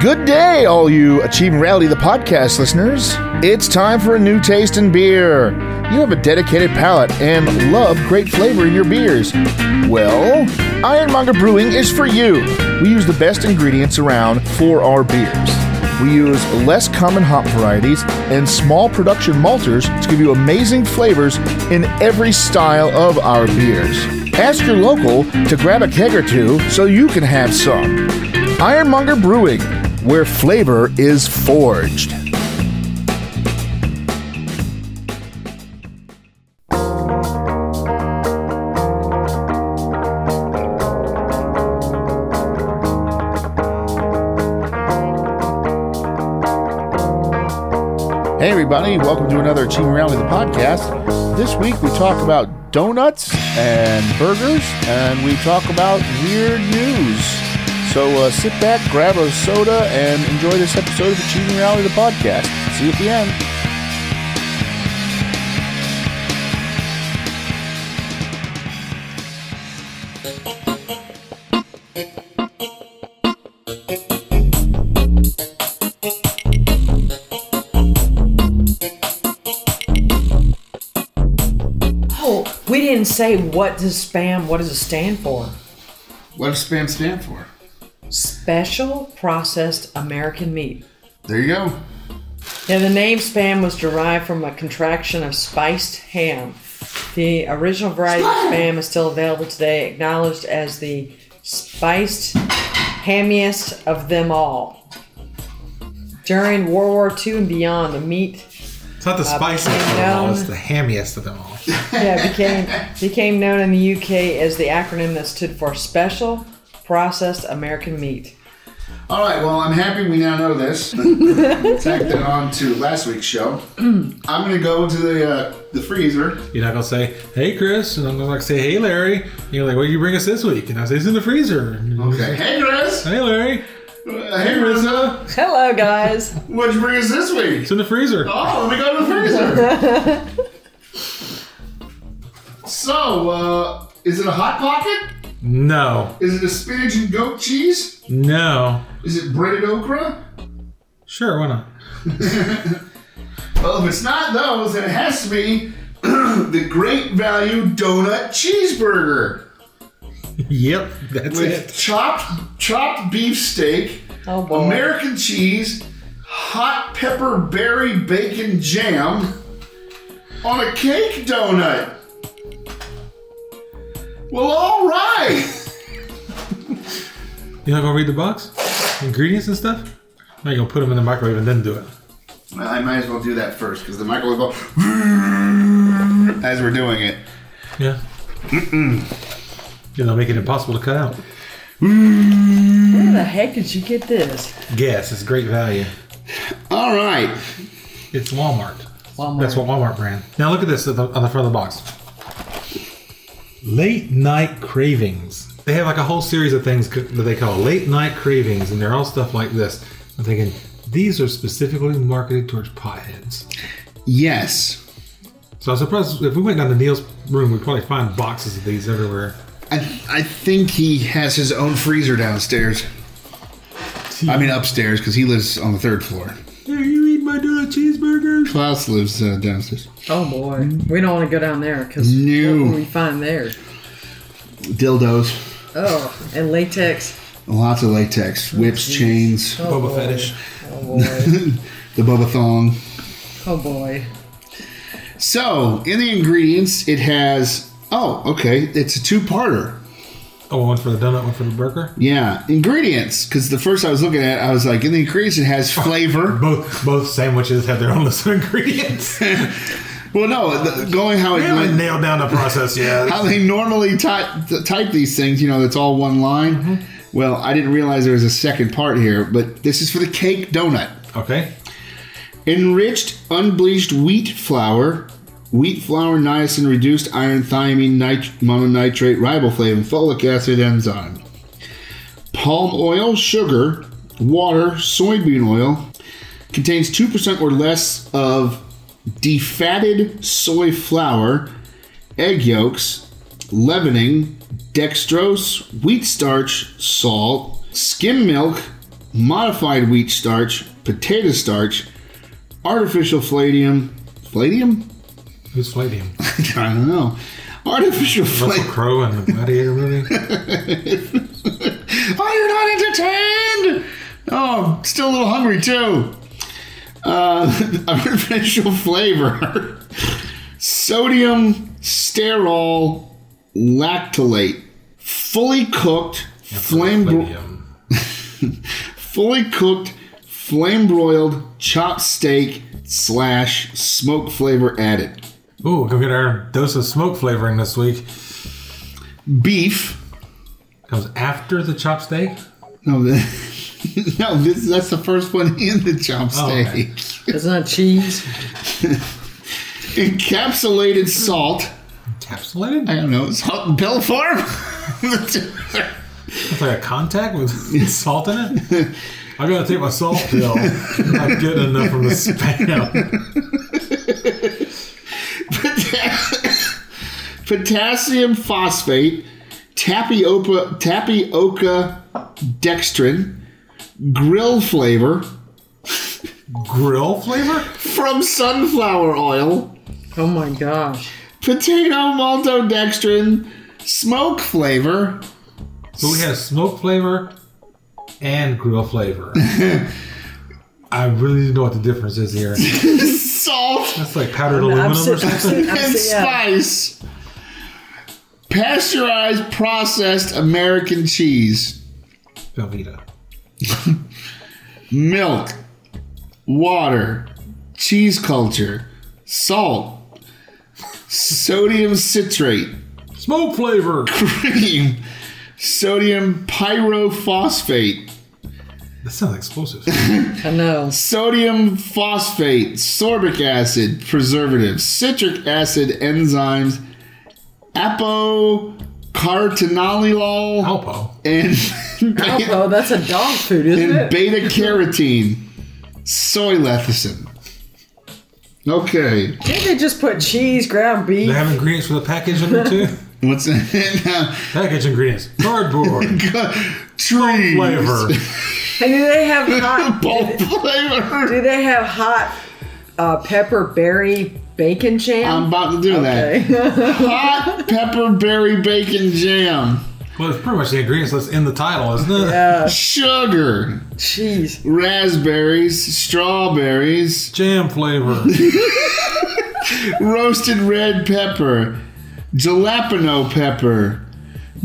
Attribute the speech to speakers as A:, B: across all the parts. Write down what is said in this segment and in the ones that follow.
A: Good day, all you Achieving Reality the podcast listeners. It's time for a new taste in beer. You have a dedicated palate and love great flavor in your beers. Well, Ironmonger Brewing is for you. We use the best ingredients around for our beers. We use less common hop varieties and small production malters to give you amazing flavors in every style of our beers. Ask your local to grab a keg or two so you can have some. Ironmonger Brewing, where flavor is forged. Hey, everybody, welcome to another Achieving Reality, the podcast. This week we talk about donuts and burgers, and we talk about weird news. So uh, sit back, grab a soda, and enjoy this episode of Achieving Reality, the podcast. See you at the end.
B: Oh, we didn't say what does spam what does it stand for?
C: What does spam stand for?
B: Special processed American meat.
C: There you go.
B: Now the name spam was derived from a contraction of spiced ham. The original variety of spam is still available today, acknowledged as the spiced hammiest of them all. During World War II and beyond, the meat
D: It's not the spiciest of them all, it's the hammiest of them all.
B: yeah, became became known in the UK as the acronym that stood for Special Processed American Meat.
C: All right, well, I'm happy we now know this. Tack that on to last week's show. I'm going to go to the uh, the freezer.
D: You're not gonna say, "Hey, Chris," and I'm gonna like say, "Hey, Larry." And you're like, "What did you bring us this week?" And I say, "It's in the freezer." And you're
C: Okay. Hey, Chris.
D: like, Hey, Larry.
C: Uh, Hey, Rizza.
B: Hello, guys.
C: What'd you bring us this week?
D: It's in the freezer.
C: Oh, let me go to the freezer. so, uh, is it a hot pocket?
D: No,
C: Is it a spinach and goat cheese?
D: no.
C: Is it breaded okra?
D: Sure, why not?
C: Well, Oh, if it's not those, then it has to be the Great Value Donut Cheeseburger.
D: Yep, that's
C: with
D: it.
C: chopped chopped beef steak,
B: Oh boy.
C: American cheese, hot pepper berry bacon jam on a cake donut. Well, all right.
D: You're not gonna read the box, ingredients and stuff. Now you gonna put them in the microwave and then do it.
C: Well, I might as well do that first because the microwave will as we're doing it.
D: Yeah. You know, make it impossible to cut out.
B: Where the heck did you get this?
D: Guess it's great value.
C: All right.
D: It's Walmart.
B: Oh,
D: That's what Walmart brand. Now look at this at the- on the front of the box. Late night cravings. They have like a whole series of things c- that they call late night cravings, and they're all stuff like this. I'm thinking these are specifically marketed towards potheads.
C: Yes.
D: So I'm surprised if we went down to Neil's room, we'd probably find boxes of these everywhere.
C: I, I think he has his own freezer downstairs. I mean upstairs because he lives on the third floor.
D: Hey, you eat my donut cheeseburger?
C: Klaus lives uh, downstairs.
B: Oh boy, we don't want to go down there because
C: No.
B: what will we find there?
C: Dildos.
B: Oh, and latex.
C: Lots of latex, whips, chains,
B: Oh,
D: Boba
B: boy.
D: fetish.
B: Oh boy.
C: the boba thong.
B: Oh boy.
C: So, in the ingredients, it has. Oh, okay. It's a two parter.
D: Oh, one for the donut, one for the burger.
C: Yeah. Ingredients. Because the first I was looking at, I was like, in the ingredients, it has flavor.
D: Both both sandwiches have their own list of ingredients. we
C: Well, no, the, going how it.
D: haven't
C: went-
D: nailed down the process yet.
C: How they normally type, type these things, you know, that's all one line. Well, I didn't realize there was a second part here, but this is for the cake donut.
D: Okay.
C: Enriched unbleached wheat flour, wheat flour, niacin, reduced iron, thiamine, nit- mononitrate, riboflavin, folic acid, enzyme, palm oil, sugar, water, soybean oil. Contains two percent or less of defatted soy flour, egg yolks, leavening, dextrose, wheat starch, salt, skim milk, modified wheat starch, potato starch, artificial palladium. Palladium?
D: Who's played him?
C: I don't know. Artificial
D: Russell
C: palladium.
D: Crowe in the Gladiator movie?
C: Oh, you're not entertained! Oh, I'm still a little hungry too. Uh, artificial flavor. Sodium sterol lactylate. Fully cooked, flame bro-
D: Palladium.
C: fully cooked, flame broiled, chopped steak slash smoke flavor added.
D: Ooh, go get our dose of smoke flavoring this week.
C: Beef.
D: Comes after the chop steak?
C: No, the- no, this that's the first one in the chopped
D: Oh,
C: steak.
D: okay.
B: Isn't that cheese?
C: Encapsulated salt. I
D: Encapsulated?
C: don't know, salt and pill form?
D: It's like a contact with salt in it? I gotta take my salt pill. I'm not getting enough from the spam.
C: Potassium phosphate, tapioca, tapioca dextrin, grill flavor
D: Grill flavor?
C: from sunflower oil,
B: Oh my gosh.
C: potato maltodextrin, smoke flavor,
D: So we have smoke flavor and grill flavor. I really don't know what the difference is here.
C: salt,
D: That's like powdered
B: I'm
D: aluminum or
B: sitting, I'm
D: something.
B: sitting, I'm
C: and
B: sitting, yeah.
C: spice. Pasteurized processed American cheese.
D: Velveeta.
C: milk, water, cheese culture, salt, sodium citrate,
D: Smoke flavor!
C: cream, sodium pyrophosphate,
D: That sounds explosive.
B: I know.
C: sodium phosphate, sorbic acid, preservatives, citric acid enzymes, apocartinolol,
D: Alpo.
C: and,
B: Oh, that's a dog food, isn't
C: and
B: it?
C: beta carotene, soy lecithin. Okay.
B: Didn't they just put cheese, ground
D: They
B: beef?
D: have ingredients for the package under two?
C: What's in it now?
D: Package ingredients. Cardboard.
C: Trees.
D: Flavor.
B: And do they have hot?
C: Bulb flavor.
B: Do they have hot uh, pepper berry bacon
C: I'm
B: jam?
C: about to do that. Hot pepper berry bacon jam.
D: Well, it's pretty much the ingredients that's in the title, isn't it?
B: Uh,
C: Sugar,
B: cheese.
C: raspberries, strawberries,
D: Jam flavor.
C: roasted red pepper, jalapeno pepper,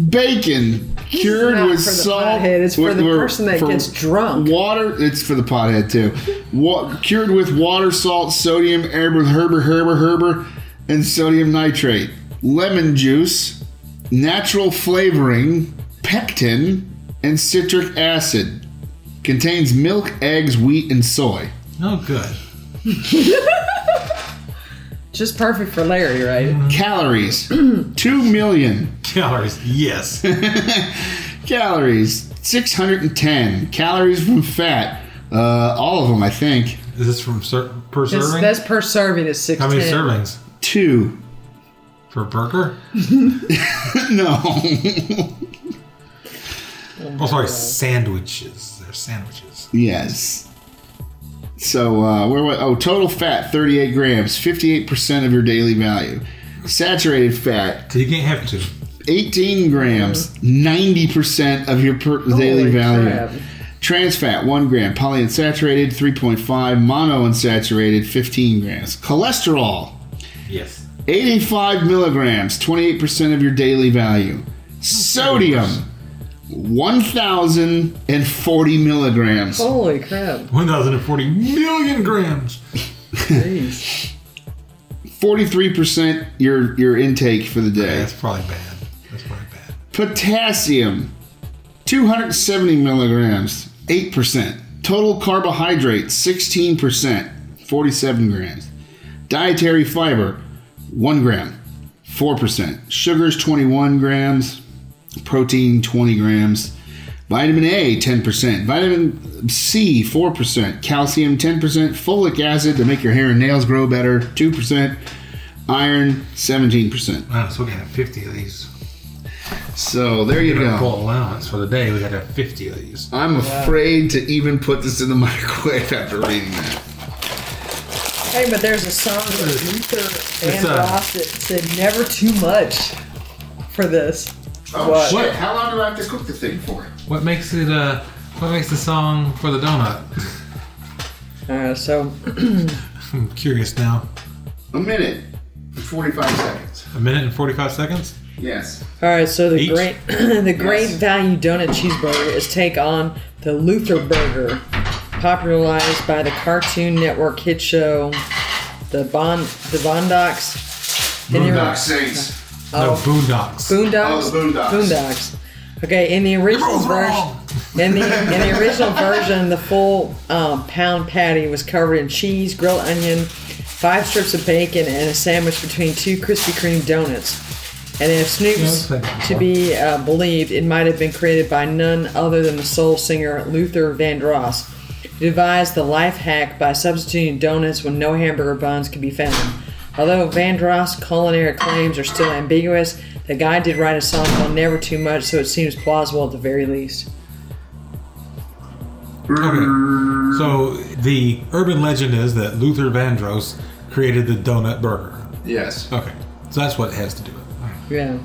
C: bacon cured
B: not
C: with
B: for the
C: salt.
B: pothead, it's for
C: with-
B: the
C: we're-
B: person that gets drunk.
C: Water. It's for the pothead too. Wa- cured with water, salt, sodium, herber, herber, herber, herber, and sodium nitrate. Lemon juice, natural flavoring, pectin, and citric acid. Contains milk, eggs, wheat, and soy.
D: Oh, good.
B: Just perfect for Larry,
D: Mm-hmm.
B: right?
C: Calories: two million.
D: Calories. Yes.
C: Calories 610. Calories from fat. Uh, all of them, I think.
D: Is this from ser- per
B: That's,
D: serving?
B: that's per serving is six
D: How many servings?
C: Two.
D: For a burger?
C: No.
D: Oh, sorry, sandwiches. They're sandwiches.
C: yes. So, uh, where was, oh, total fat 38 grams, 58% of your daily value. Saturated fat
D: So you can't have two.
C: 18 grams, 90% of your per- daily
B: Holy
C: value.
B: crap.
C: Trans fat, 1 gram. Polyunsaturated, 3.5. Monounsaturated, 15 grams. Cholesterol,
D: Yes.
C: 85 milligrams, 28% of your daily value. Sodium, 1,040 milligrams.
B: Holy crap!
D: 1,040 million grams.
B: Jeez.
C: 43% your, your intake for the day.
D: That's probably bad. That's probably bad.
C: Potassium, 270 milligrams, 8%. Total carbohydrates, 16%, 47 grams. Dietary fiber, 1 gram, 4%. Sugars, 21 grams. Protein, 20 grams. Vitamin A, 10%. Vitamin C, 4%. Calcium, 10%. Folic acid to make your hair and nails grow better, 2%. Iron, 17%.
D: Wow, so we can have 50 of these.
C: So there you go.
D: Our full allowance for the day. We got to have 50 of these.
C: I'm afraid to even put this in the microwave after reading that.
B: Hey, but there's a song that Luther and
D: It's, uh,
B: Ross that said never too much for this.
C: Oh
B: What?
C: shit! How long do I have to cook the thing for?
D: What makes it, uh, what makes the song for the donut?
B: Uh, so
D: I'm Hmm, curious now.
C: A minute, and forty-five seconds.
D: A minute and 45 seconds?
C: Yes.
B: All right, so the
D: Each?
B: great the great
C: Yes.
B: value donut cheeseburger is take on the Luther burger, popularized by the Cartoon Network hit show, the Bon the Bondox, in the-
C: Boondock Saints.
D: No,
B: Oh.
D: Boondocks.
B: Boondocks,
C: Oh, the Boondocks.
B: Boondocks. Okay, in the original
D: Boondocks.
B: version, in the in the original version, the full um, pound patty was covered in cheese, grilled onion, five strips of bacon, and a sandwich between two Krispy Kreme donuts. And if Snoop's
D: Yeah, I've had that
B: to be uh, believed, it might have been created by none other than the soul singer Luther Vandross, who devised the life hack by substituting donuts when no hamburger buns could be found. Although Vandross' culinary claims are still ambiguous, the guy did write a song called Never Too Much, so it seems plausible at the very least.
D: Okay. So the urban legend is that Luther Vandross created the donut burger.
C: Yes.
D: Okay. So that's what it has to do with. it.
B: Yeah.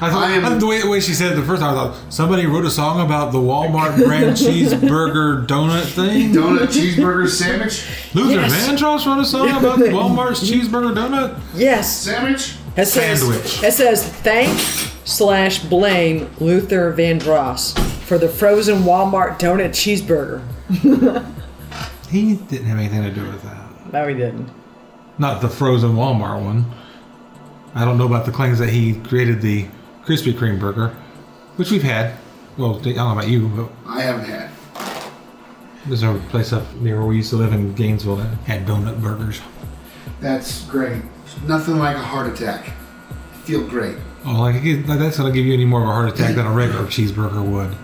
D: I thought,
C: I am-
D: I thought the, way, the way she said it the first time, I thought somebody wrote a song about the Walmart brand cheeseburger donut thing.
C: Donut cheeseburger sandwich.
D: Luther
B: Yes.
D: Vandross wrote a song about the Walmart's cheeseburger donut.
B: Yes.
C: Sandwich.
B: It says,
D: Sandwich.
B: it says thank slash blame Luther Vandross for the frozen Walmart donut cheeseburger.
D: He didn't have anything to do with that.
B: No, he didn't.
D: Not the frozen Walmart one. I don't know about the claims that he created the Krispy Kreme burger, which we've had. Well, I don't know about you, but
C: I haven't had.
D: There's a place up near where we used to live in Gainesville that had donut burgers.
C: That's great. Nothing like a heart attack. Feel great.
D: Oh, like, it- like that's gonna give you any more of a heart attack than a regular cheeseburger would.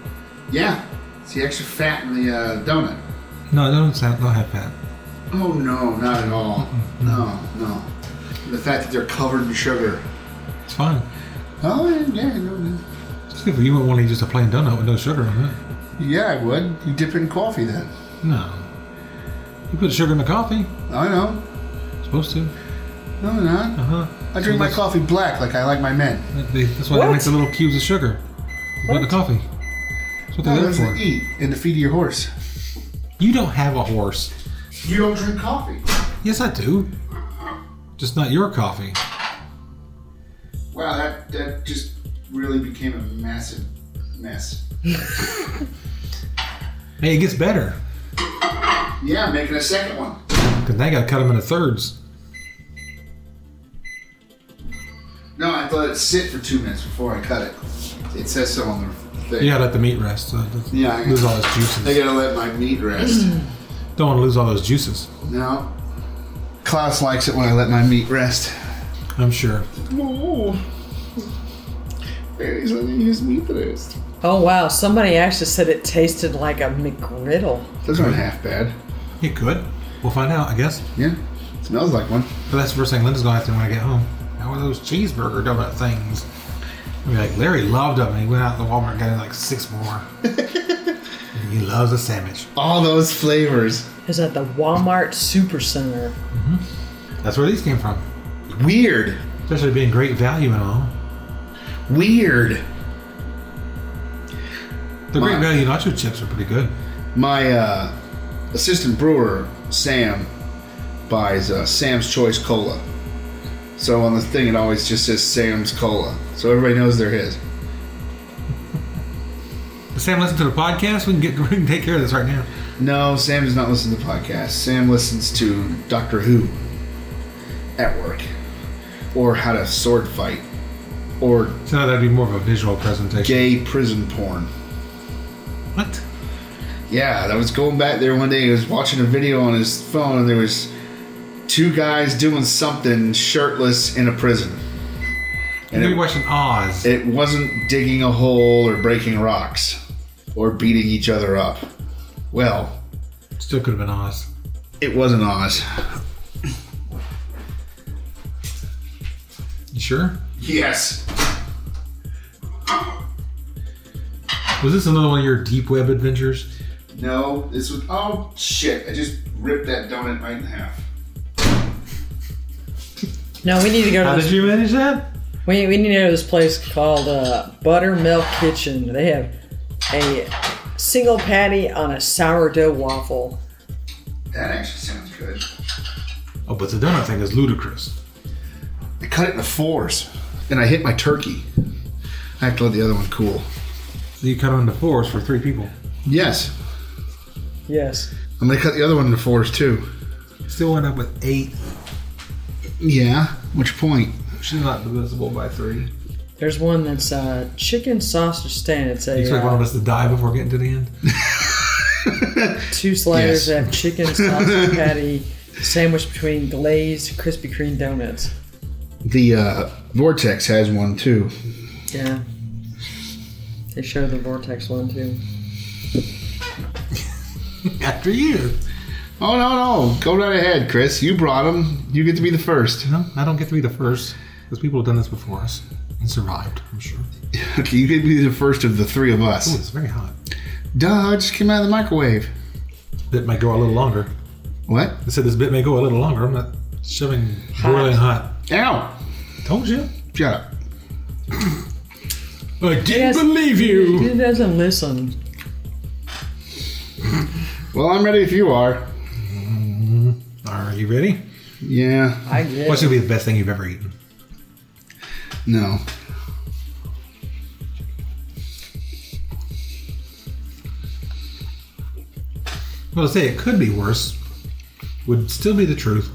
C: Yeah. It's the extra fat in the uh, donut.
D: No, don't sound, don't have fat.
C: Oh no, not at all. No, no. The fact that they're covered in sugar.
D: It's fine.
C: Oh yeah, no,
D: It's good, but you wouldn't want to eat just a plain donut with no sugar on it.
C: yeah, I would. You dip it in coffee then.
D: No. You put sugar in the coffee.
C: I know.
D: You're supposed to.
C: No, I'm not.
D: Uh huh.
C: Uh-huh. I drink my coffee black like I like my men.
D: That's why they
B: What?
D: make the little cubes of sugar. You put in the coffee. That's what
C: No,
D: they're there
C: that's to
D: for.
C: eat and to feed your horse.
D: You don't have a horse.
C: You don't drink coffee.
D: Yes, I do. Just not your coffee.
C: Wow, that that just really became a massive mess.
D: Hey, it gets better.
C: Yeah, I'm making a second one.
D: Because now you gotta cut them into thirds.
C: No, I have to let it sit for two minutes before I cut it. It says so on the thing.
D: You gotta let the meat rest. So it doesn't
C: Yeah, I-
D: lose all its
C: I
D: juices.
C: gotta let my meat rest.
D: Don't want to lose all those juices.
C: no. Klaus likes it when I let my meat rest.
D: I'm sure.
C: No. Barry's letting his meat rest.
B: Oh wow! Somebody actually said it tasted like a McGriddle.
C: Those aren't half bad.
D: It could. We'll find out, I guess.
C: Yeah. Smells like one.
D: But that's the first thing Linda's gonna have to when I get home. How are those cheeseburger donut things? I mean, like Larry loved them, and he went out to Walmart and got like six more. he loves a sandwich.
C: All those flavors.
B: Is at the Walmart Supercenter.
D: That's where these came from.
C: Weird.
D: Especially being great value and all.
C: Weird.
D: The great
C: Wow.
D: value nacho chips are pretty good.
C: my uh, assistant brewer Sam buys uh, Sam's Choice Cola. So on the thing, it always just says Sam's Cola, so everybody knows they're his.
D: Does Sam listen to the podcast? We can get we can take care of this right now.
C: No, Sam does not listen to podcasts. Sam listens to Doctor Who at work, or how to sword fight, or
D: So now that'd be more of a visual presentation.
C: gay prison porn.
D: What?
C: Yeah, I was going back there one day. He was watching a video on his phone, and there was two guys doing something shirtless in a prison. And
D: Maybe
C: it,
D: watching Oz.
C: it wasn't digging a hole or breaking rocks or beating each other up. Well,
D: Still could have been Oz.
C: it wasn't Oz.
D: You sure?
C: Yes.
D: Was this another one of your deep web adventures?
C: No, this was. Oh shit! I just ripped that donut right in half.
B: No, we need to go to
D: How
B: this
D: did you manage that?
B: We, we need to go to this place called uh, Buttermilk Kitchen. They have a single patty on a sourdough waffle.
C: That actually sounds good.
D: Oh, but the donut thing is ludicrous.
C: I cut it into fours, and I hit my turkey. I have to let the other one cool.
D: So you cut them into fours for three people.
C: Yes,
B: Yes.
C: I'm gonna cut the other one into fours too.
D: Still end up with eight.
C: Yeah. Which point?
D: She's not divisible by three. You
B: There's one that's uh, chicken sausage stand. It's a
D: expect one of
B: uh,
D: us to die before getting to the end?
B: two
C: Yes.
B: sliders that have chicken sausage patty sandwiched between glazed Krispy Kreme donuts.
C: The uh, vortex has one too.
B: Yeah. They showed the Vortex one too.
D: After you.
C: Oh no no! Go right ahead, Chris. You brought them. You get to be the first.
D: You know, I don't get to be the first because people have done this before us and survived, I'm sure.
C: Okay, you get to be the first of the three of
D: Ooh,
C: us.
D: it's very hot.
C: Duh! I just came out of the microwave.
D: Bit may go a little longer.
C: What?
D: I said this bit may go a little longer. I'm not shoving boiling hot.
C: Ow!
D: Told you.
C: Shut up.
D: I didn't
B: Yes.
D: believe you.
B: He doesn't listen.
C: Well, I'm ready if you are.
D: Are you ready?
C: Yeah.
B: I get
D: What's
B: it.
D: gonna be the best thing you've ever eaten?
C: No.
D: Well, to say it could be worse would still be the truth.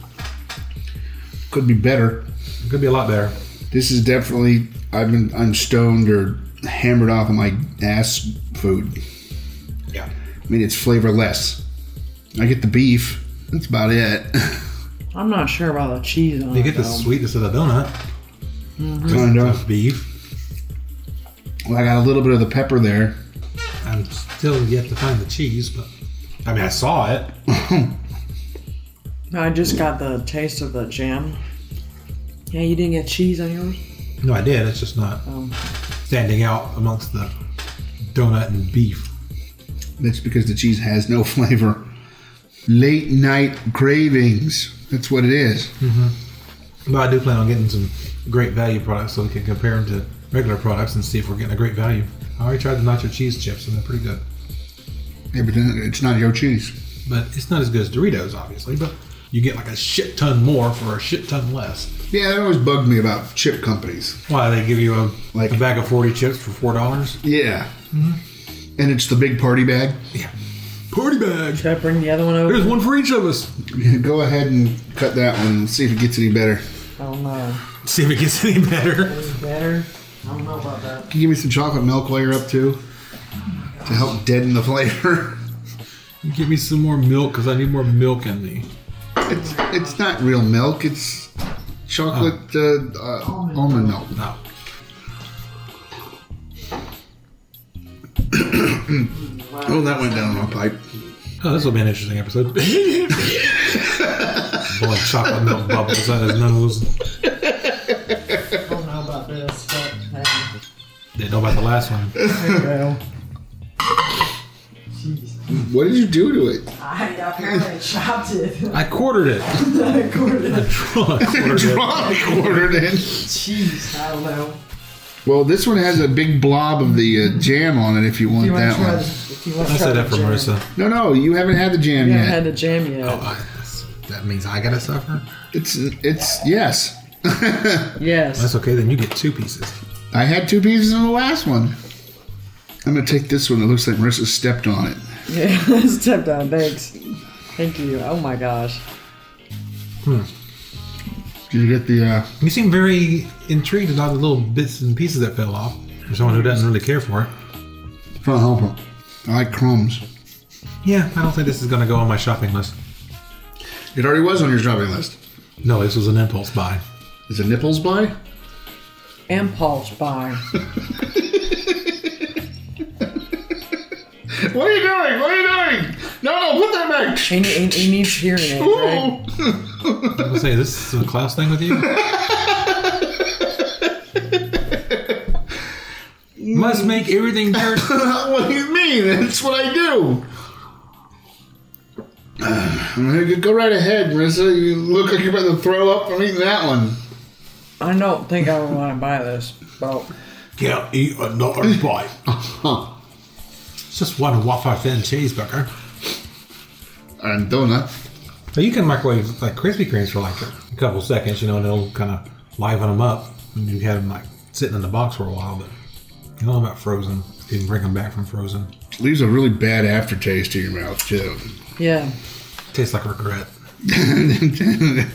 C: Could be better.
D: It could be a lot better.
C: This is definitely. I've been. I'm stoned or hammered off of my ass food.
D: Yeah.
C: I mean, it's flavorless. I get the beef. That's about it.
B: I'm not sure about the cheese on
D: You
B: it.
D: get the
B: though.
D: sweetness of the donut,
C: kind
D: uh,
C: of.
D: beef.
C: Well, I got a little bit of the pepper there.
D: I'm still yet to find the cheese, but I mean I saw it.
B: I just got the taste of the jam. Yeah, you didn't get cheese on yours?
D: No, I did. It's just not
B: Um,
D: standing out amongst the donut and beef.
C: That's because the cheese has no flavor. Late night cravings. That's what it is.
D: But I do plan on getting some great value products so we can compare them to regular products and see if we're getting a great value. I already tried the nacho cheese chips and they're pretty good.
C: Yeah, but then it's not your cheese.
D: But it's not as good as Doritos, obviously, but you get like a shit ton more for a shit ton less.
C: Yeah, that always bugged me about chip companies.
D: Why they give you a
C: Like-
D: a bag of forty chips for four dollars?
C: Yeah. And it's the big party bag.
D: Yeah. Party bag.
B: should I bring the other one over?
D: There's one for each of us.
C: Go ahead and cut that one. and See if it gets any better.
B: I don't know.
D: See if it gets any better.
B: Is it better? I don't know about that.
C: Can you give me some chocolate milk while you're up too, to help deaden the flavor.
D: Give me some more milk because I need more milk in me.
C: It's it's not real milk. It's chocolate uh, uh, almond milk.
D: No.
C: Oh, that went down my pipe.
D: Oh, this will be an interesting episode. Blowing chocolate milk bubbles out his nose.
B: I don't know about this. But, hey,
D: Didn't know about the last one.
B: there you go.
C: What did you do to it?
B: I apparently chopped it.
D: I quartered it. I draw- I quartered it.
C: Probably quartered in.
B: Cheese. I don't know.
C: Well, this one has a big blob of the uh, jam on it. If you want
B: You
C: that
B: want to try
C: one.
B: the, if you want
D: I
B: to try
D: said
B: the
D: that for
B: jam.
D: Marissa.
C: No, no, you haven't had the jam
B: You haven't
C: yet.
B: had the jam yet.
D: Oh, I, that's- that means I gotta suffer.
C: it's it's yes.
B: Yes.
D: That's okay. Then you get two pieces.
C: I had two pieces in the last one. I'm gonna take this one. It looks like Marissa stepped on it.
B: Yeah. Step down. Thanks. Thank you. Oh my gosh.
C: Did you get the? Uh,
D: You seem very intrigued about the little bits and pieces that fell off. For someone who doesn't really care for it.
C: Front helper. I like crumbs.
D: Yeah, I don't think this is gonna go on my shopping list.
C: It already was on your shopping list.
D: No, this was an impulse buy.
C: Is it nipples by?
B: Impulse buy.
C: What are you doing? What are you doing? No, no, put that back.
B: He, he, he needs hearing aids, right?
D: I was gonna say, this is a Klaus thing with you? must make everything dirt.
C: what do you mean? That's what I do. Uh, Go right ahead, Marissa. You look like you're about to throw up from eating that one.
B: I don't think I would want to buy this. But
D: Can't eat another bite.
C: Huh.
D: It's just one waffle thin cheeseburger.
C: And donut.
D: But you can microwave like Krispy Kremes for like a couple seconds, you know, and it'll kind of liven them up. And you had them like sitting in the box for a while, but you know about frozen. You can bring them back from frozen.
C: Leaves a really bad aftertaste in your mouth, too.
B: yeah,
D: Tastes like regret.
C: I'm
B: maybe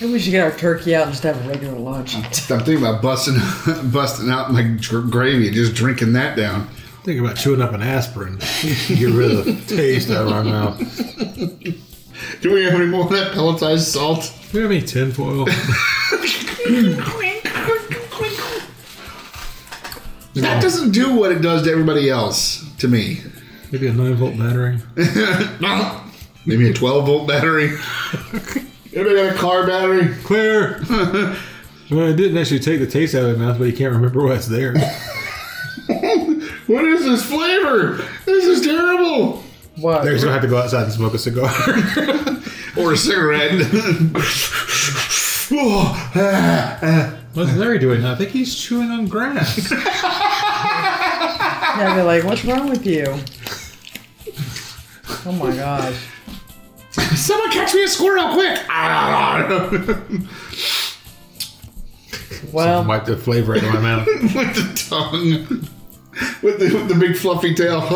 B: we should get our turkey out and just have a regular lunch.
C: thinking about busting, busting out my gr- gravy and just drinking that down.
D: Think about chewing up an aspirin. to Get rid of the taste out of our mouth.
C: Do we have any more of that pelletized salt?
D: Do you have any tinfoil?
C: That doesn't do what it does to everybody else, to me.
D: Maybe a 9 volt battery?
C: Maybe a 12 volt battery. Anybody got a car battery?
D: Clear! well, it didn't actually take the taste out of my mouth, but you can't remember what's there.
C: What is this flavor? This is terrible.
B: What?
D: They're just gonna have to go outside and smoke a cigar.
C: Or a cigarette. Oh, ah, ah.
D: What's Larry doing? I think he's chewing on grass.
B: Yeah, they're like, what's wrong with you? Oh my gosh.
C: Someone catch me a squirrel quick. Ah.
B: Well,
D: Wipe the flavor out of my mouth.
C: With the tongue. With the, with the big fluffy tail.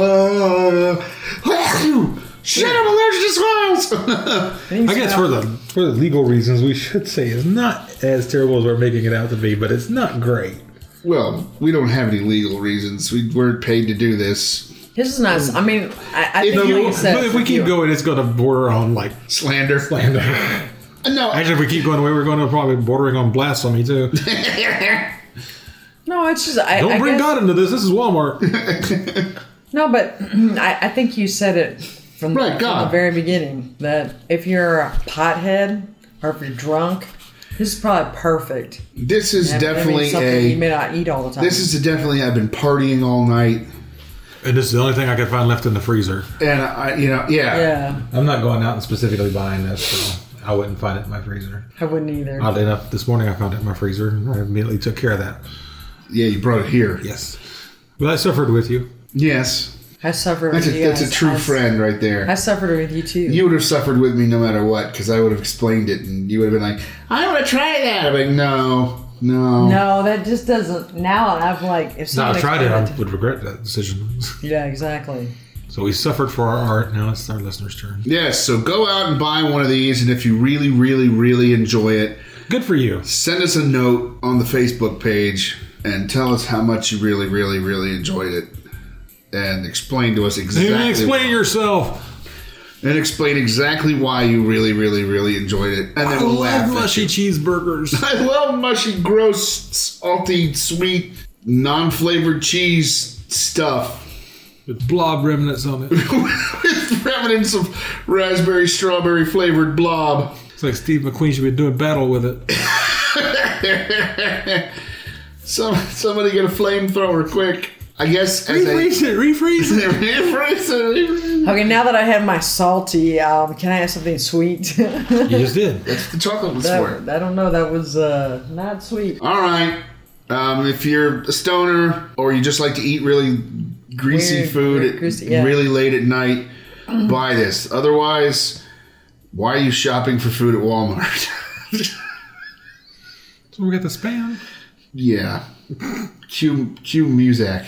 C: Ah. Shit, I'm allergic to squirrels.
D: I guess for the for the legal reasons, we should say it's not as terrible as we're making it out to be, but it's not great.
C: well, we don't have any legal reasons. We weren't paid to do this.
B: This is not, I mean, I, I think
C: If
B: like
C: you-
B: you said.
D: but if we keep
B: you-
D: going, it's going to border on like
C: Slander.
D: slander.
C: No,
D: Actually, if we keep going away, we're going to probably bordering on blasphemy too.
B: No, it's just, I.
D: Don't
B: I
D: bring
B: guess,
D: God into this. This is Walmart.
B: No, but I, I think you said it from,
C: Right,
B: from
C: God.
B: the very beginning that if you're a pothead or if you're drunk, this is probably perfect.
C: this is
B: That- that means
C: definitely
B: something
C: a.
B: you may not eat all the time.
C: This is a definitely. I've been partying all night,
D: and this is the only thing I could find left in the freezer.
C: and I, you know, yeah,
B: Yeah,
D: I'm not going out and specifically buying this, so I wouldn't find it in my freezer.
B: I wouldn't either.
D: Oddly enough, this morning I found it in my freezer. and I immediately took care of that.
C: yeah. You brought it here.
D: Yes. Well, I suffered with you.
C: Yes,
B: I suffered
C: that's a,
B: with you.
C: that's a
B: guys.
C: true
B: I,
C: friend right
B: I
C: there.
B: suffered with you too.
C: You would have suffered with me no matter what, because I would have explained it, and you would have been like, "I want to try that." I'm like, "No, no,
B: no, that just doesn't. Now I'm like, if
D: No,
B: someone
D: I tried it.
B: explained
D: I would regret that decision.
B: to- yeah, exactly.
D: So we suffered for our art. Now it's our listener's turn.
C: Yes, so go out and buy one of these, and if you really, really, really enjoy it,
D: Good for you.
C: send us a note on the Facebook page and tell us how much you really, really, really enjoyed it, and explain to us exactly.
D: Even explain yourself.
C: and explain exactly why you really, really, really enjoyed it. And then
D: I
C: we'll laugh
D: love
C: at
D: mushy
C: you.
D: cheeseburgers.
C: I love mushy, gross, salty, sweet, non-flavored cheese stuff
D: With blob remnants on it.
C: with remnants of raspberry, strawberry flavored blob.
D: It's like Steve McQueen should be doing battle with it.
C: Some somebody get a flamethrower quick. I guess as a
D: Refreeze it, refreeze it.
C: the
B: Okay, now that I have my salty, um, can I have something sweet?
D: You just did.
C: chocolate was for it.
B: That- I don't know. That was uh, not sweet.
C: All right. Um, if you're a stoner or you just like to eat really greasy
B: Weird,
C: food
B: weird,
C: at-
B: greasy- yeah.
C: really late at night, buy this. Otherwise, why are you shopping for food at Walmart?
D: So we got the spam.
C: yeah. Cue cue music.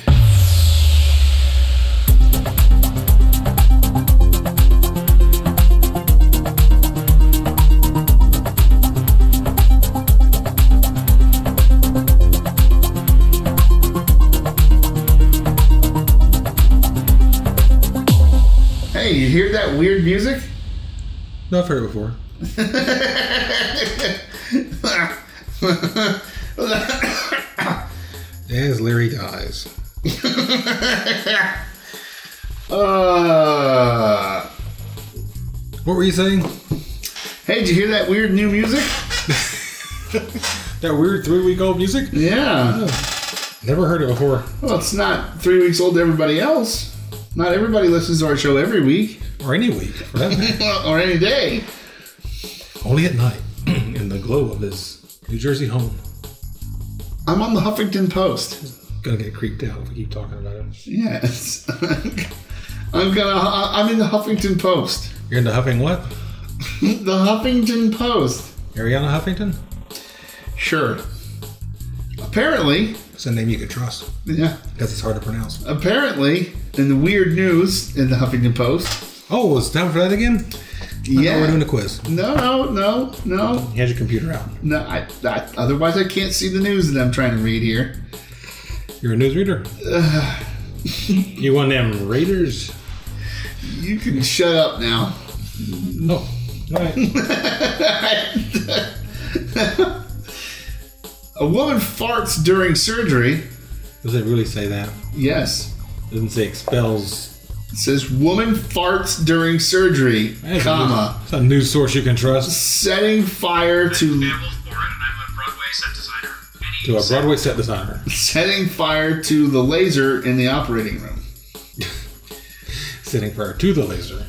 C: Hey, you hear that weird music?
D: No, I've heard it before. As Larry dies.
C: Uh,
D: What were you saying?
C: hey, did you hear that weird new music?
D: That weird three week old music?
C: Yeah.
D: Never heard it before.
C: Well, it's not three weeks old to everybody else. Not everybody listens to our show every week uh,
D: Or any week, for that matter.
C: or any day.
D: Only at night, in the glow of his New Jersey home.
C: I'm on the Huffington Post.
D: Gonna get creeped out if we keep talking about it.
C: Yes. I'm gonna. I'm in the Huffington Post.
D: You're into huffing what?
C: The Huffington Post.
D: Ariana Huffington?
C: Sure. Apparently,
D: It's a name you could trust
C: yeah.
D: because it's hard to pronounce.
C: Apparently, in the weird news in the Huffington Post.
D: Oh, it's time for that again? No, we're
C: Yeah.
D: doing a quiz.
C: No, no, no, no,
D: He has your computer out.
C: no. I, I, otherwise, I can't see the news that I'm trying to read here.
D: You're a newsreader. you one of them raiders?
C: You can shut up now.
D: Oh, all right.
C: A woman farts during surgery.
D: Does it really say that?
C: Yes.
D: Doesn't say expels.
C: It says woman farts during surgery,
D: That's a
C: comma,
D: news- It's a news source you can trust
C: setting fire to
E: Campbell Foran, and I'm a Broadway set designer. Any
D: to a
E: set
D: Broadway set designer.
C: setting fire to the laser in the operating room.
D: Sitting fire to the laser.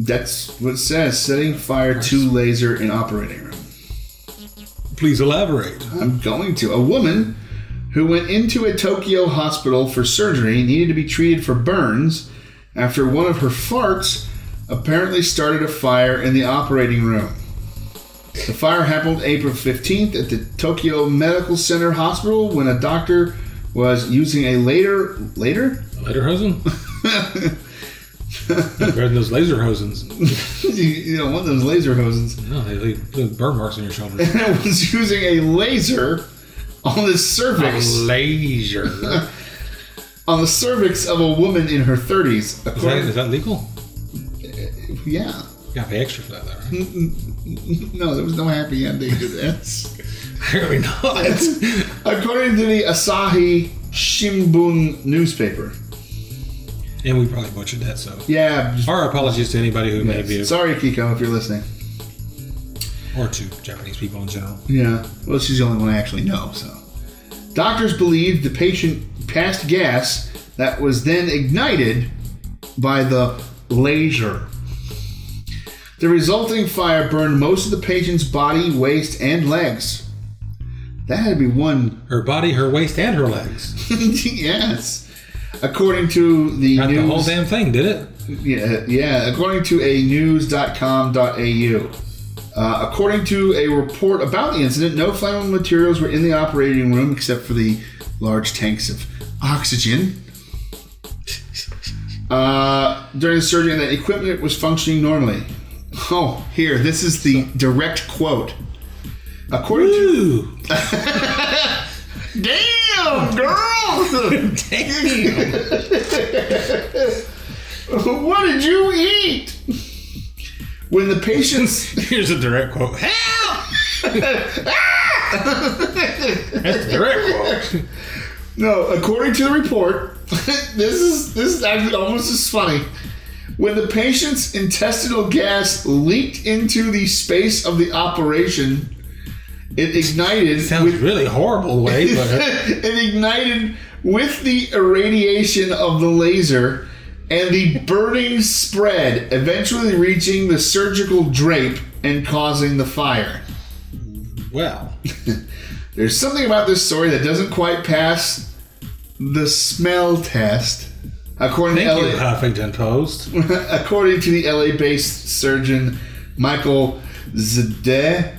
C: That's what it says. Setting fire to laser in operating room.
D: Please elaborate.
C: I'm going to. A woman who went into a Tokyo hospital for surgery needed to be treated for burns after one of her farts apparently started a fire in the operating room. The fire happened April 15th at the Tokyo Medical Center Hospital when a doctor was using a later later
D: Later hosen? Grabbing those laser hosens.
C: you know one of those laser hoses
D: No, they leave they leave burn marks on your shoulders.
C: and was using a laser on the cervix.
D: laser. Is
C: on the cervix of a woman in her 30s.
D: that,
C: According,
D: is that legal?
C: yeah.
D: You gotta pay extra for that, though, right?
C: No, there was no happy ending to this.
D: Apparently not.
C: according to the Asahi Shimbun newspaper.
D: and we probably butchered that, so.
C: Yeah. just-
D: Our apologies to anybody who may be,
C: Sorry, Kiko, if you're listening.
D: or to Japanese people in general.
C: Yeah. Well, she's the only one I actually know, so. Doctors believed the patient passed gas that was then ignited by the laser. The resulting fire burned most of the patient's body, waist, and legs. That had to be one
D: Her body, her waist, and her legs.
C: yes. According to the
D: Not
C: news,
D: the whole damn thing, did it?
C: yeah, yeah, according to a news.com.au. Uh, according to a report about the incident, no flammable materials were in the operating room except for the large tanks of oxygen. Uh, during the surgery, and that equipment was functioning normally. Oh, here, this is the direct quote. According to
D: Ooh,
C: Damn,
D: Oh.
C: girl! Damn! what did you eat? When the patient's
D: here's a direct quote. Help! That's a direct quote.
C: no, according to the report, this is this is actually almost as funny. When the patient's intestinal gas leaked into the space of the operation, it ignited
D: Sounds really horrible way, but
C: it ignited with the irradiation of the laser and the burning spread, eventually reaching the surgical drape and causing the fire.
D: well,
C: There's something about this story that doesn't quite pass the smell test. According
D: thank you,
C: to LA,
D: Huffington Post.
C: according to the LA-based surgeon Michael Zade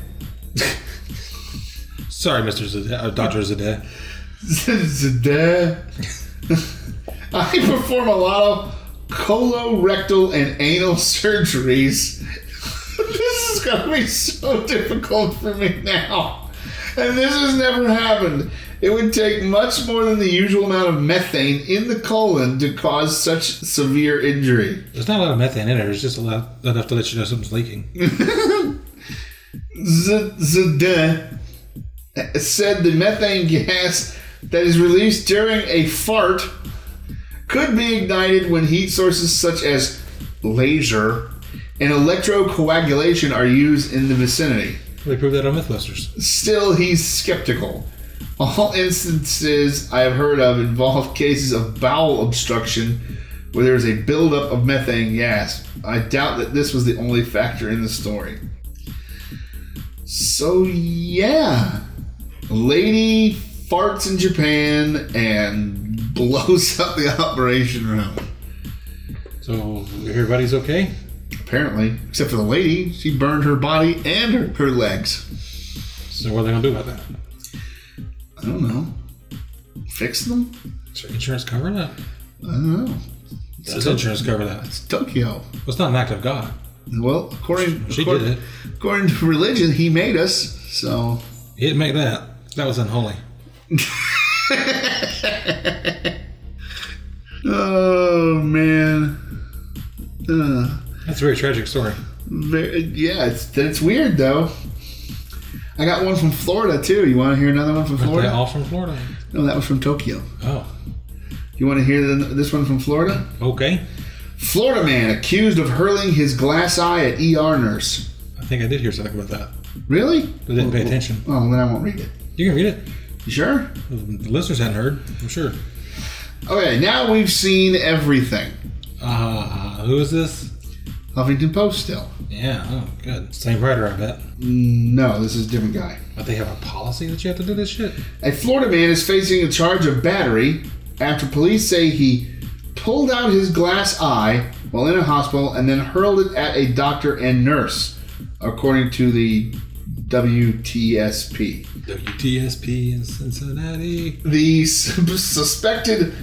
D: Sorry, Mr. Zade, uh, Dr. Zade.
C: Zde. I perform a lot of colorectal and anal surgeries. this is going to be so difficult for me now. And this has never happened. It would take much more than the usual amount of methane in the colon to cause such severe injury.
D: There's not a lot of methane in it. It's just a lot, enough to let you know something's leaking.
C: Z- Zde said the methane gas that is released during a fart could be ignited when heat sources such as laser and electrocoagulation are used in the vicinity.
D: They proved that on MythBusters.
C: Still, he's skeptical. All instances I have heard of involve cases of bowel obstruction where there is a buildup of methane gas. I doubt that this was the only factor in the story. So, yeah. Lady farts in Japan and blows up the operation room.
D: So everybody's okay.
C: Apparently, except for the lady, she burned her body and her, her legs.
D: So what are they gonna do about that?
C: I don't know. Fix them?
D: Does their insurance cover that?
C: I don't know.
D: Does insurance cover that?
C: It's Tokyo.
D: Well, it's not an act of God.
C: Well, according
D: She
C: according,
D: did it.
C: according to religion, he made us. So
D: He didn't make that. That was unholy.
C: Oh man. Uh,
D: That's a very tragic story.
C: very, yeah, it's it's weird though. I got one from Florida too. You want to hear another one from
D: Aren't they
C: Florida?
D: all from Florida?
C: No, that was from Tokyo.
D: Oh,
C: You want to hear the, this one from Florida?
D: okay.
C: Florida man accused of hurling his glass eye at ER nurse.
D: I think I did hear something about that.
C: Really?
D: But didn't pay attention.
C: Oh, then I won't read it.
D: You can read it.
C: You sure?
D: The listeners hadn't heard, I'm sure.
C: Okay, now we've seen everything.
D: Ah, who is this?
C: Huffington Post still. Mm,
D: Yeah, oh, good. Same writer, I bet.
C: No, this is a different guy.
D: But they have a policy that you have to do this shit?
C: A Florida man is facing a charge of battery after police say he pulled out his glass eye while in a hospital and then hurled it at a doctor and nurse, according to the WTSP.
D: WTSP in Cincinnati.
C: The sus- suspected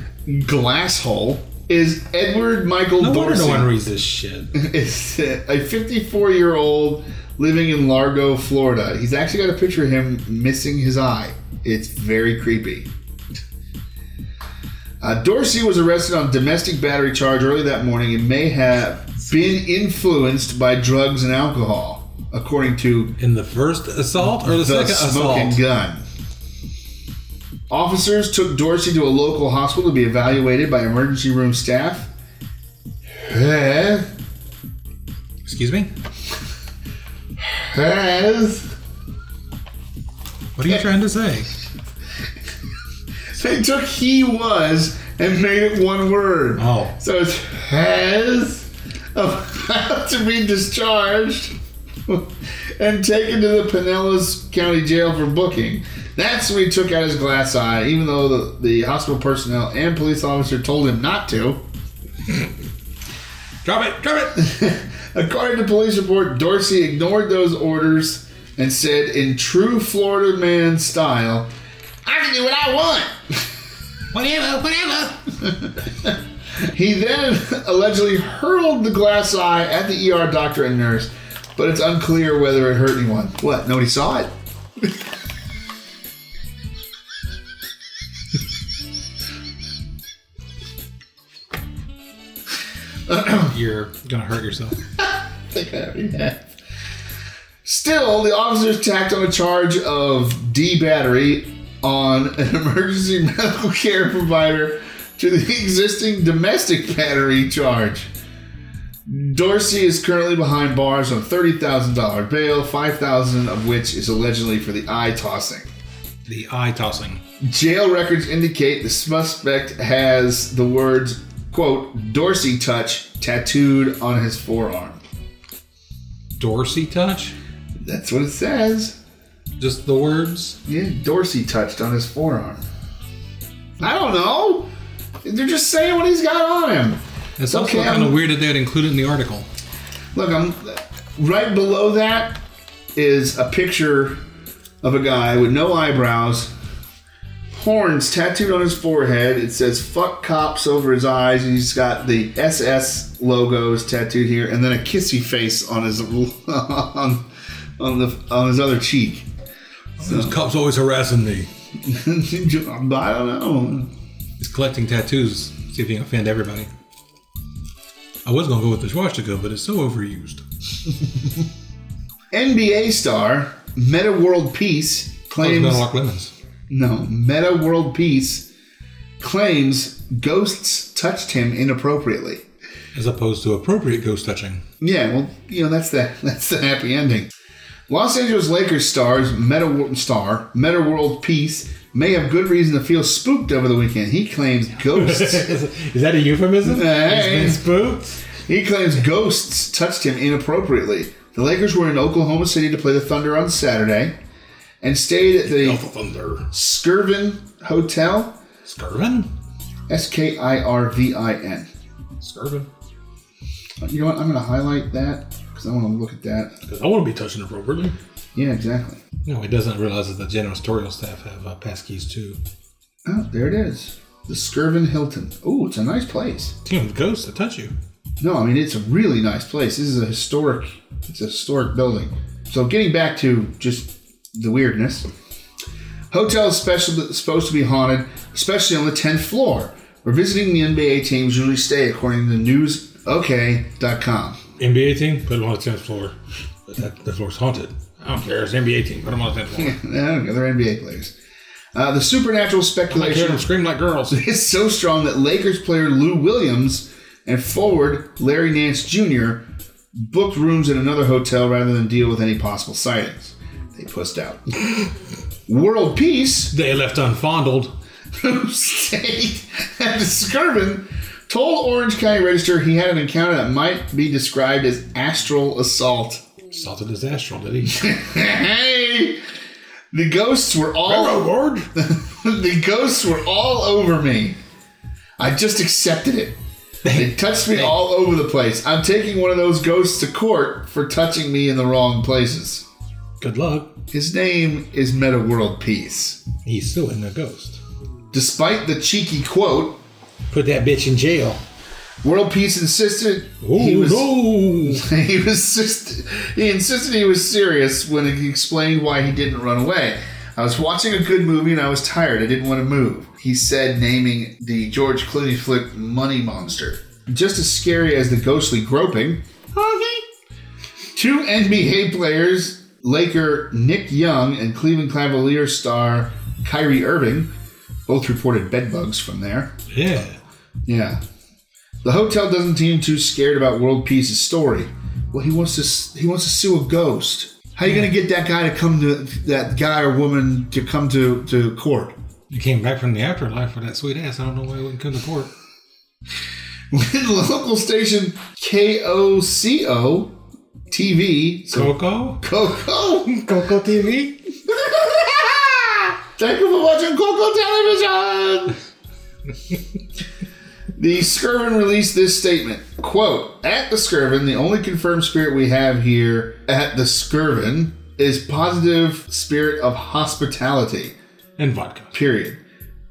C: glass hole is Edward Michael
D: No wonder
C: Dorsey.
D: no one reads this shit.
C: It's a 54 year old living in Largo, Florida. He's actually got a picture of him missing his eye. It's very creepy. Uh, Dorsey was arrested on domestic battery charge early that morning and may have been influenced by drugs and alcohol, according to
D: In the first assault or the,
C: the
D: second
C: smoking
D: assault?
C: gun. Officers took Dorsey to a local hospital to be evaluated by emergency room staff. Eh,
D: Excuse me?
C: Has
D: What are you trying to say?
C: They took he was and made it one word.
D: Oh.
C: So it's has about to be discharged and taken to the Pinellas County Jail for booking. That's when he took out his glass eye, even though the, the hospital personnel and police officer told him not to.
D: Drop it! Drop it!
C: According to police report, Dorsey ignored those orders and said, in true Florida man style, I can do what I want.
D: whatever, whatever!
C: He then allegedly hurled the glass eye at the ER doctor and nurse, but it's unclear whether it hurt anyone. What? Nobody saw it?
D: You're gonna hurt yourself.
C: Still, the officers tacked on a charge of D battery on an emergency medical care provider to the existing domestic battery charge. Dorsey is currently behind bars on $30,000 bail, 5000 of which is allegedly for the eye tossing.
D: The eye tossing.
C: Jail records indicate the suspect has the words, quote, Dorsey touch tattooed on his forearm.
D: Dorsey touch?
C: That's what it says.
D: Just the words?
C: Yeah, Dorsey touched on his forearm. I don't know. They're just saying what he's got on him.
D: It's
C: Okay,
D: also kind of
C: I'm-
D: weird that they would include it in the article.
C: Look, I'm right below that is a picture of a guy with no eyebrows, horns tattooed on his forehead. It says "fuck cops" over his eyes, and he's got the SS logos tattooed here, and then a kissy face on his on, on the on his other cheek.
D: Those cops always harassing me.
C: I don't know.
D: He's collecting tattoos, see if he can offend everybody. I was gonna go with the swastika, but it's so overused.
C: NBA star Meta World Peace
D: I was
C: claims.
D: gonna like lemons.
C: No, Meta World Peace claims ghosts touched him inappropriately.
D: As opposed to appropriate ghost touching.
C: Yeah, well, you know that's the that's the happy ending. Los Angeles Lakers stars Meta star Meta World Peace may have good reason to feel spooked over the weekend. He claims ghosts.
D: is, is that a euphemism?
C: Hey.
D: He's been spooked.
C: he claims ghosts touched him inappropriately. The Lakers were in Oklahoma City to play the Thunder on Saturday, and stayed at the
F: Thunder.
C: Skirvin Hotel.
F: Skirvin?
C: S K I R V I N.
F: Skirvin.
C: You know what? I'm going to highlight that because I want to look at that.
F: Because I want to be touched inappropriately.
C: Yeah, exactly.
F: No, he doesn't realize that the janitorial staff have uh, pass keys too.
C: Oh, there it is. The Skirvin Hilton. Oh, it's a nice place.
F: Damn, the ghosts that touch you.
C: No, I mean it's a really nice place. This is a historic. It's a historic building. So getting back to just the weirdness, hotel is special, supposed to be haunted, especially on the tenth floor, where visiting the NBA teams usually stay, according to newsok.com.
F: NBA team, put them on the 10th floor. But that, the floor's haunted. I don't care. It's an NBA team. Put them on the 10th floor.
C: Yeah, they're NBA players. Uh, the supernatural
F: I hear them
C: speculation
F: scream like girls.
C: is so strong that Lakers player Lou Williams and forward Larry Nance Jr. booked rooms in another hotel rather than deal with any possible sightings. They pussed out. World Peace,
F: They left unfondled.
C: who stayed at the Skirvin, told Orange County Register he had an encounter that might be described as astral assault.
F: Salted his astral, did he?
C: Hey! The ghosts were all
F: Lord.
C: the ghosts were all over me. I just accepted it. They touched me all over the place. I'm taking one of those ghosts to court for touching me in the wrong places.
F: Good luck.
C: His name is Meta World Peace.
F: He's still in the ghost.
C: Despite the cheeky quote,
D: Put that bitch in jail.
C: World Peace insisted
F: Oh
C: he was
F: no!
C: he was just, he insisted he was serious when he explained why he didn't run away. I was watching a good movie and I was tired. I didn't want to move. He said, naming the George Clooney flick Money Monster. Just as scary as the ghostly groping. Two NBA players, Laker Nick Young and Cleveland Cavalier star Kyrie Irving, both reported bedbugs from there.
F: Yeah.
C: Yeah. The hotel doesn't seem too scared about World Peace's story. Well, he wants to he wants to sue a ghost. How you going to get that guy to come to that guy or woman to come to to court?
F: You came back from the afterlife for that sweet ass. I don't know why he wouldn't come to court.
C: When the local station KOCO TV so
F: Coco?
C: Coco
D: Coco TV.
C: Thank you for watching Coco Television. the Skirvin released this statement. Quote, at the Skirvin, the only confirmed spirit we have here at the Skirvin is positive spirit of hospitality.
F: And vodka.
C: Period.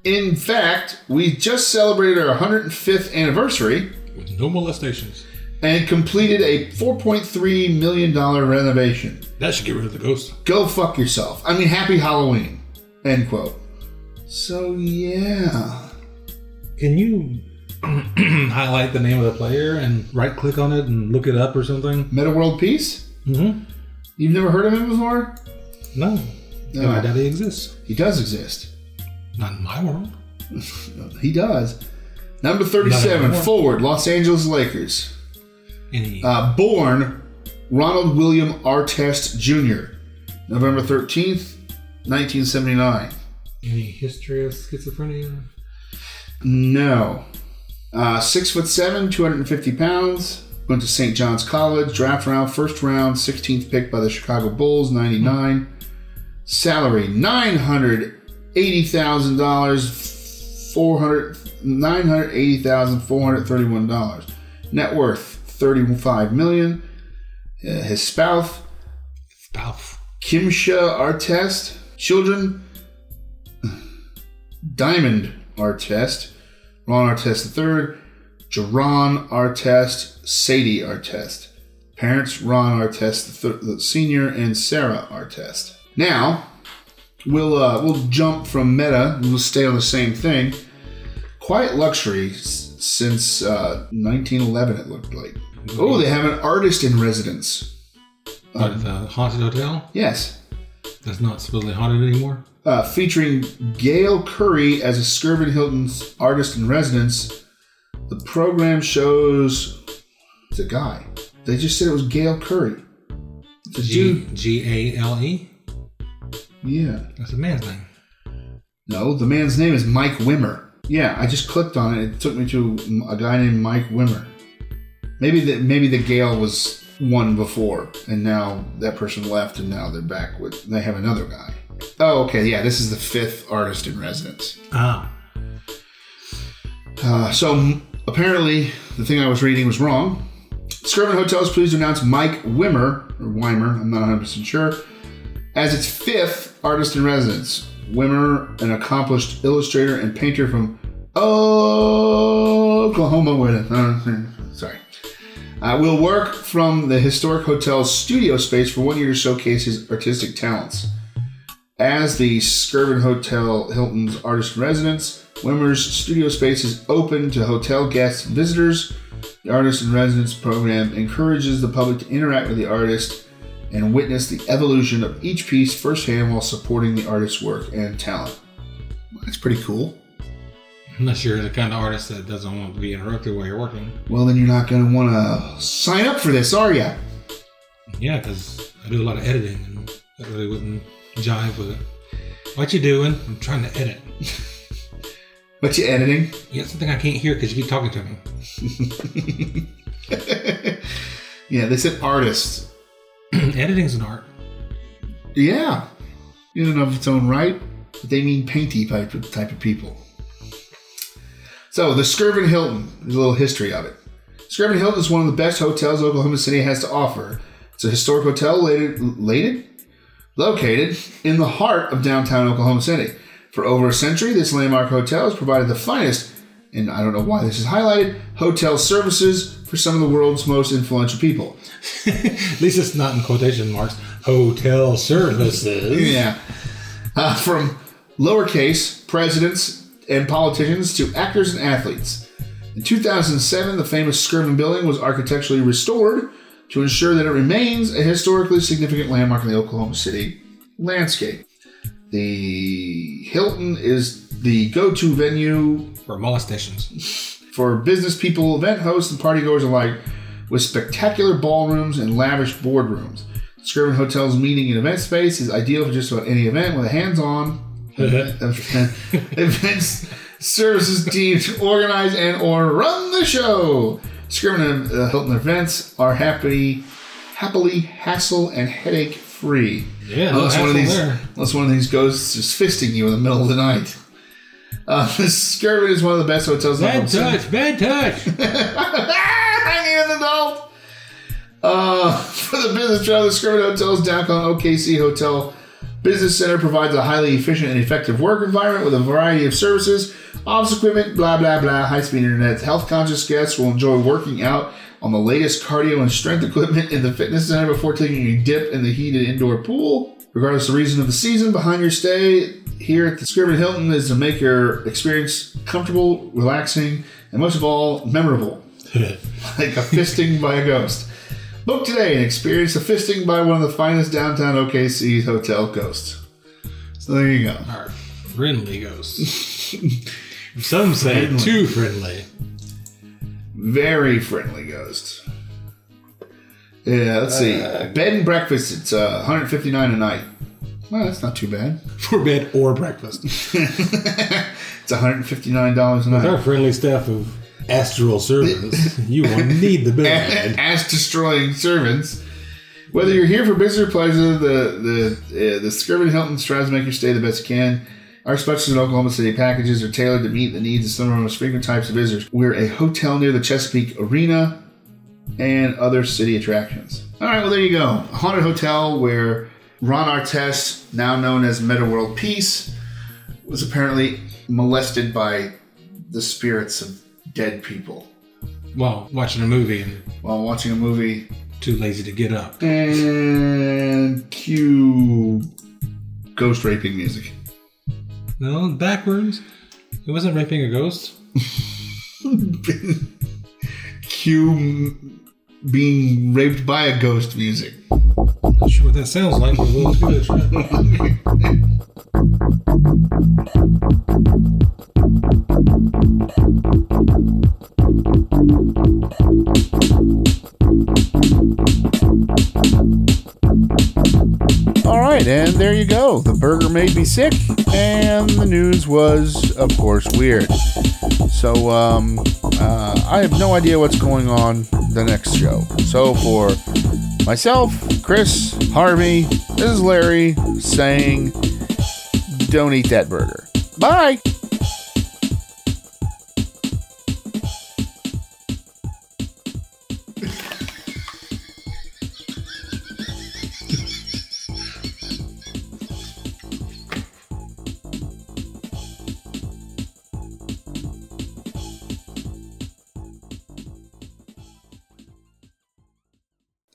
C: In fact, we just celebrated our 105th anniversary
F: With no molestations.
C: and completed a $4.3 million renovation.
F: That should get rid of the ghost.
C: Go fuck yourself. I mean, happy Halloween. End quote. So, yeah.
F: Can you highlight the name of the player and right click on it and look it up or something?
C: Meta World Peace?
F: Mm-hmm.
C: You've never heard of him before?
F: No.
C: No.
F: I doubt he exists.
C: He does exist.
F: Not in my world.
C: He does. Number 37,
F: Not anymore.
C: forward, Los Angeles Lakers.
F: Any
C: Uh, born Ronald William Artest Jr., November 13th, 1979.
F: any history of schizophrenia?
C: No. Uh, six foot seven, 250 pounds. Went to St. John's College, draft round, first round, 16th pick by the Chicago Bulls, 99. Salary $980,000, 400, $980,431. Net worth $35 million. Uh, his spouse,
F: Spouth.
C: Kimsha Artest, children, Diamond Artest, Ron Artest III, Jerron Artest, Sadie Artest, parents Ron Artest III, the Senior and Sarah Artest. Now, we'll uh, we'll jump from meta. We'll stay on the same thing. Quiet luxury s- since uh, 1911. It looked like. Oh, they have an artist in residence. uh,
F: But uh, the haunted hotel
C: Yes.
F: that's not supposedly haunted anymore.
C: uh, featuring Gail Curry as a Skirvin Hilton's artist in residence. The program shows it's a guy. They just said it was Gail Curry. The
F: G
C: dude.
F: G A L E.
C: Yeah.
F: That's a man's name.
C: No, the man's name is Mike Wimmer. Yeah, I just clicked on it. It took me to m- a guy named Mike Wimmer. Maybe the maybe the Gale was one before, and now that person left, and now they're back with they have another guy. Oh, okay, yeah, this is the fifth artist in residence.
F: Ah,
C: Uh, so m- apparently, the thing I was reading was wrong. Skirvin Hotels, please do announce Mike Wimmer or Weimer. I'm not 100 percent sure. As its fifth artist in residence, Wimmer, an accomplished illustrator and painter from Oklahoma, where the, uh, sorry, uh, will work from the historic hotel's studio space for one year to showcase his artistic talents. As the Skirvin Hotel Hilton's artist in residence, Wimmer's studio space is open to hotel guests and visitors. The artist in residence program encourages the public to interact with the artist and witness the evolution of each piece firsthand while supporting the artist's work and talent. Well, that's pretty cool.
F: unless you're the kind of artist that doesn't want to be interrupted while you're working.
C: Well, then you're not going to want to sign up for this, are you?
F: Yeah, because I do a lot of editing, and that really wouldn't jive with it. What you doing? I'm trying to edit.
C: But you editing.
F: Yeah, something I can't hear because you keep talking to me.
C: yeah, they said artist.
F: Editing's an art.
C: Yeah. In and of its own right, but they mean painty type of, type of people. So, the Skirvin Hilton, there's a little history of it. Skirvin Hilton is one of the best hotels Oklahoma City has to offer. It's a historic hotel lated, lated, located in the heart of downtown Oklahoma City. For over a century, this landmark hotel has provided the finest, and I don't know why this is highlighted, hotel services for some of the world's most influential people.
F: At least it's not in quotation marks. Hotel services.
C: Yeah. Uh, from lowercase presidents and politicians to actors and athletes. In 2007, the famous Skirvin Building was architecturally restored to ensure that it remains a historically significant landmark in the Oklahoma City landscape. The Hilton is the go to venue
F: For molestations.
C: for business people, event hosts, and partygoers alike, with spectacular ballrooms and lavish boardrooms. Skirvin Hotel's meeting and event space is ideal for just about any event with a hands-on events services team to organize and or run the show. Skirvin and uh, Hilton events are happy, happily hassle and headache free.
F: Yeah, no
C: unless one of
F: hassle
C: these,
F: there.
C: unless one of these ghosts is fisting you in the middle of the night. Uh, Skirvin is one of the best hotels. in
F: Bad
C: Oklahoma City.
F: touch, bad touch.
C: I need an adult. Uh, for the business travel, the Skirvin Hotels downtown OKC Hotel Business Center provides a highly efficient and effective work environment with a variety of services, office equipment, blah blah blah, high-speed internet. Health-conscious guests will enjoy working out on the latest cardio and strength equipment in the fitness center before taking a dip in the heated indoor pool. Regardless of the reason of the season, behind your stay here at the Skirvin Hilton is to make your experience comfortable, relaxing, and most of all, memorable like a fisting by a ghost. Book today and experience a fisting by one of the finest downtown OKC hotel ghosts. So there you go.
F: Our friendly ghosts. Some say too friendly.
C: Very friendly ghost. Yeah, let's see. Bed and breakfast, it's uh, 159 a night. Well, that's not too bad.
F: For bed or breakfast.
C: It's $159 a
F: With
C: night.
F: our friendly staff of astral service, you will need the bed.
C: As destroying servants. Whether you're here for business or pleasure, the the uh, the Skirvin Hilton strives to make your stay the best it can. Our specials in Oklahoma City packages are tailored to meet the needs of some of our most frequent types of visitors. We're a hotel near the Chesapeake Arena and other city attractions. All right, well there you go, a haunted hotel where Ron Artest, now known as Meta World Peace, was apparently molested by the spirits of dead people
F: Well, watching a movie and
C: while watching a movie
F: too lazy to get up.
C: And cue ghost raping music.
F: No, backwards. It wasn't raping a ghost.
C: Cue m- being raped by a ghost music.
F: Not sure what that sounds like, but we'll give it a try.
C: right, and there you go. The burger made me sick, and the news was, of course, weird. So, um, uh, I have no idea what's going on the next show. So, for myself, Chris, Harvey, this is Larry saying, don't eat that burger. Bye!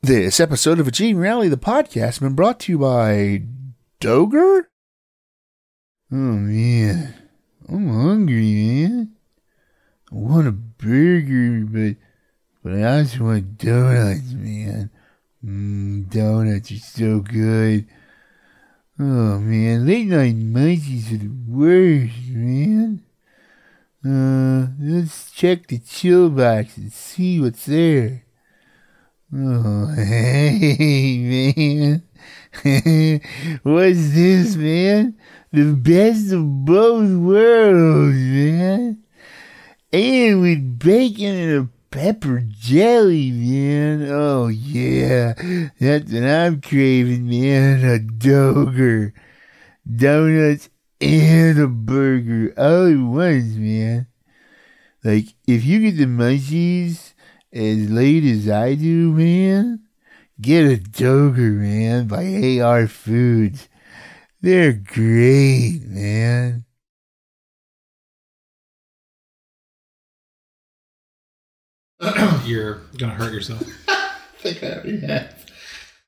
C: This episode of Gene Rally, the podcast, has been brought to you by Doger. Oh man, I'm hungry, man. I want a burger, but but I also want donuts, man. Mm, donuts are so good. Oh man, late night munchies are the worst, man. Uh, let's check the chill box and see what's there. Oh, hey, man. What's this, man? The best of both worlds, man. And with bacon and a pepper jelly, man. Oh, yeah. That's what I'm craving, man. A doger. Donuts and a burger. All at once, man. Like, if you get the munchies as late as I do, man, get a Joker, man, by AR Foods. They're great, man.
G: You're gonna hurt yourself.
D: I think I already have.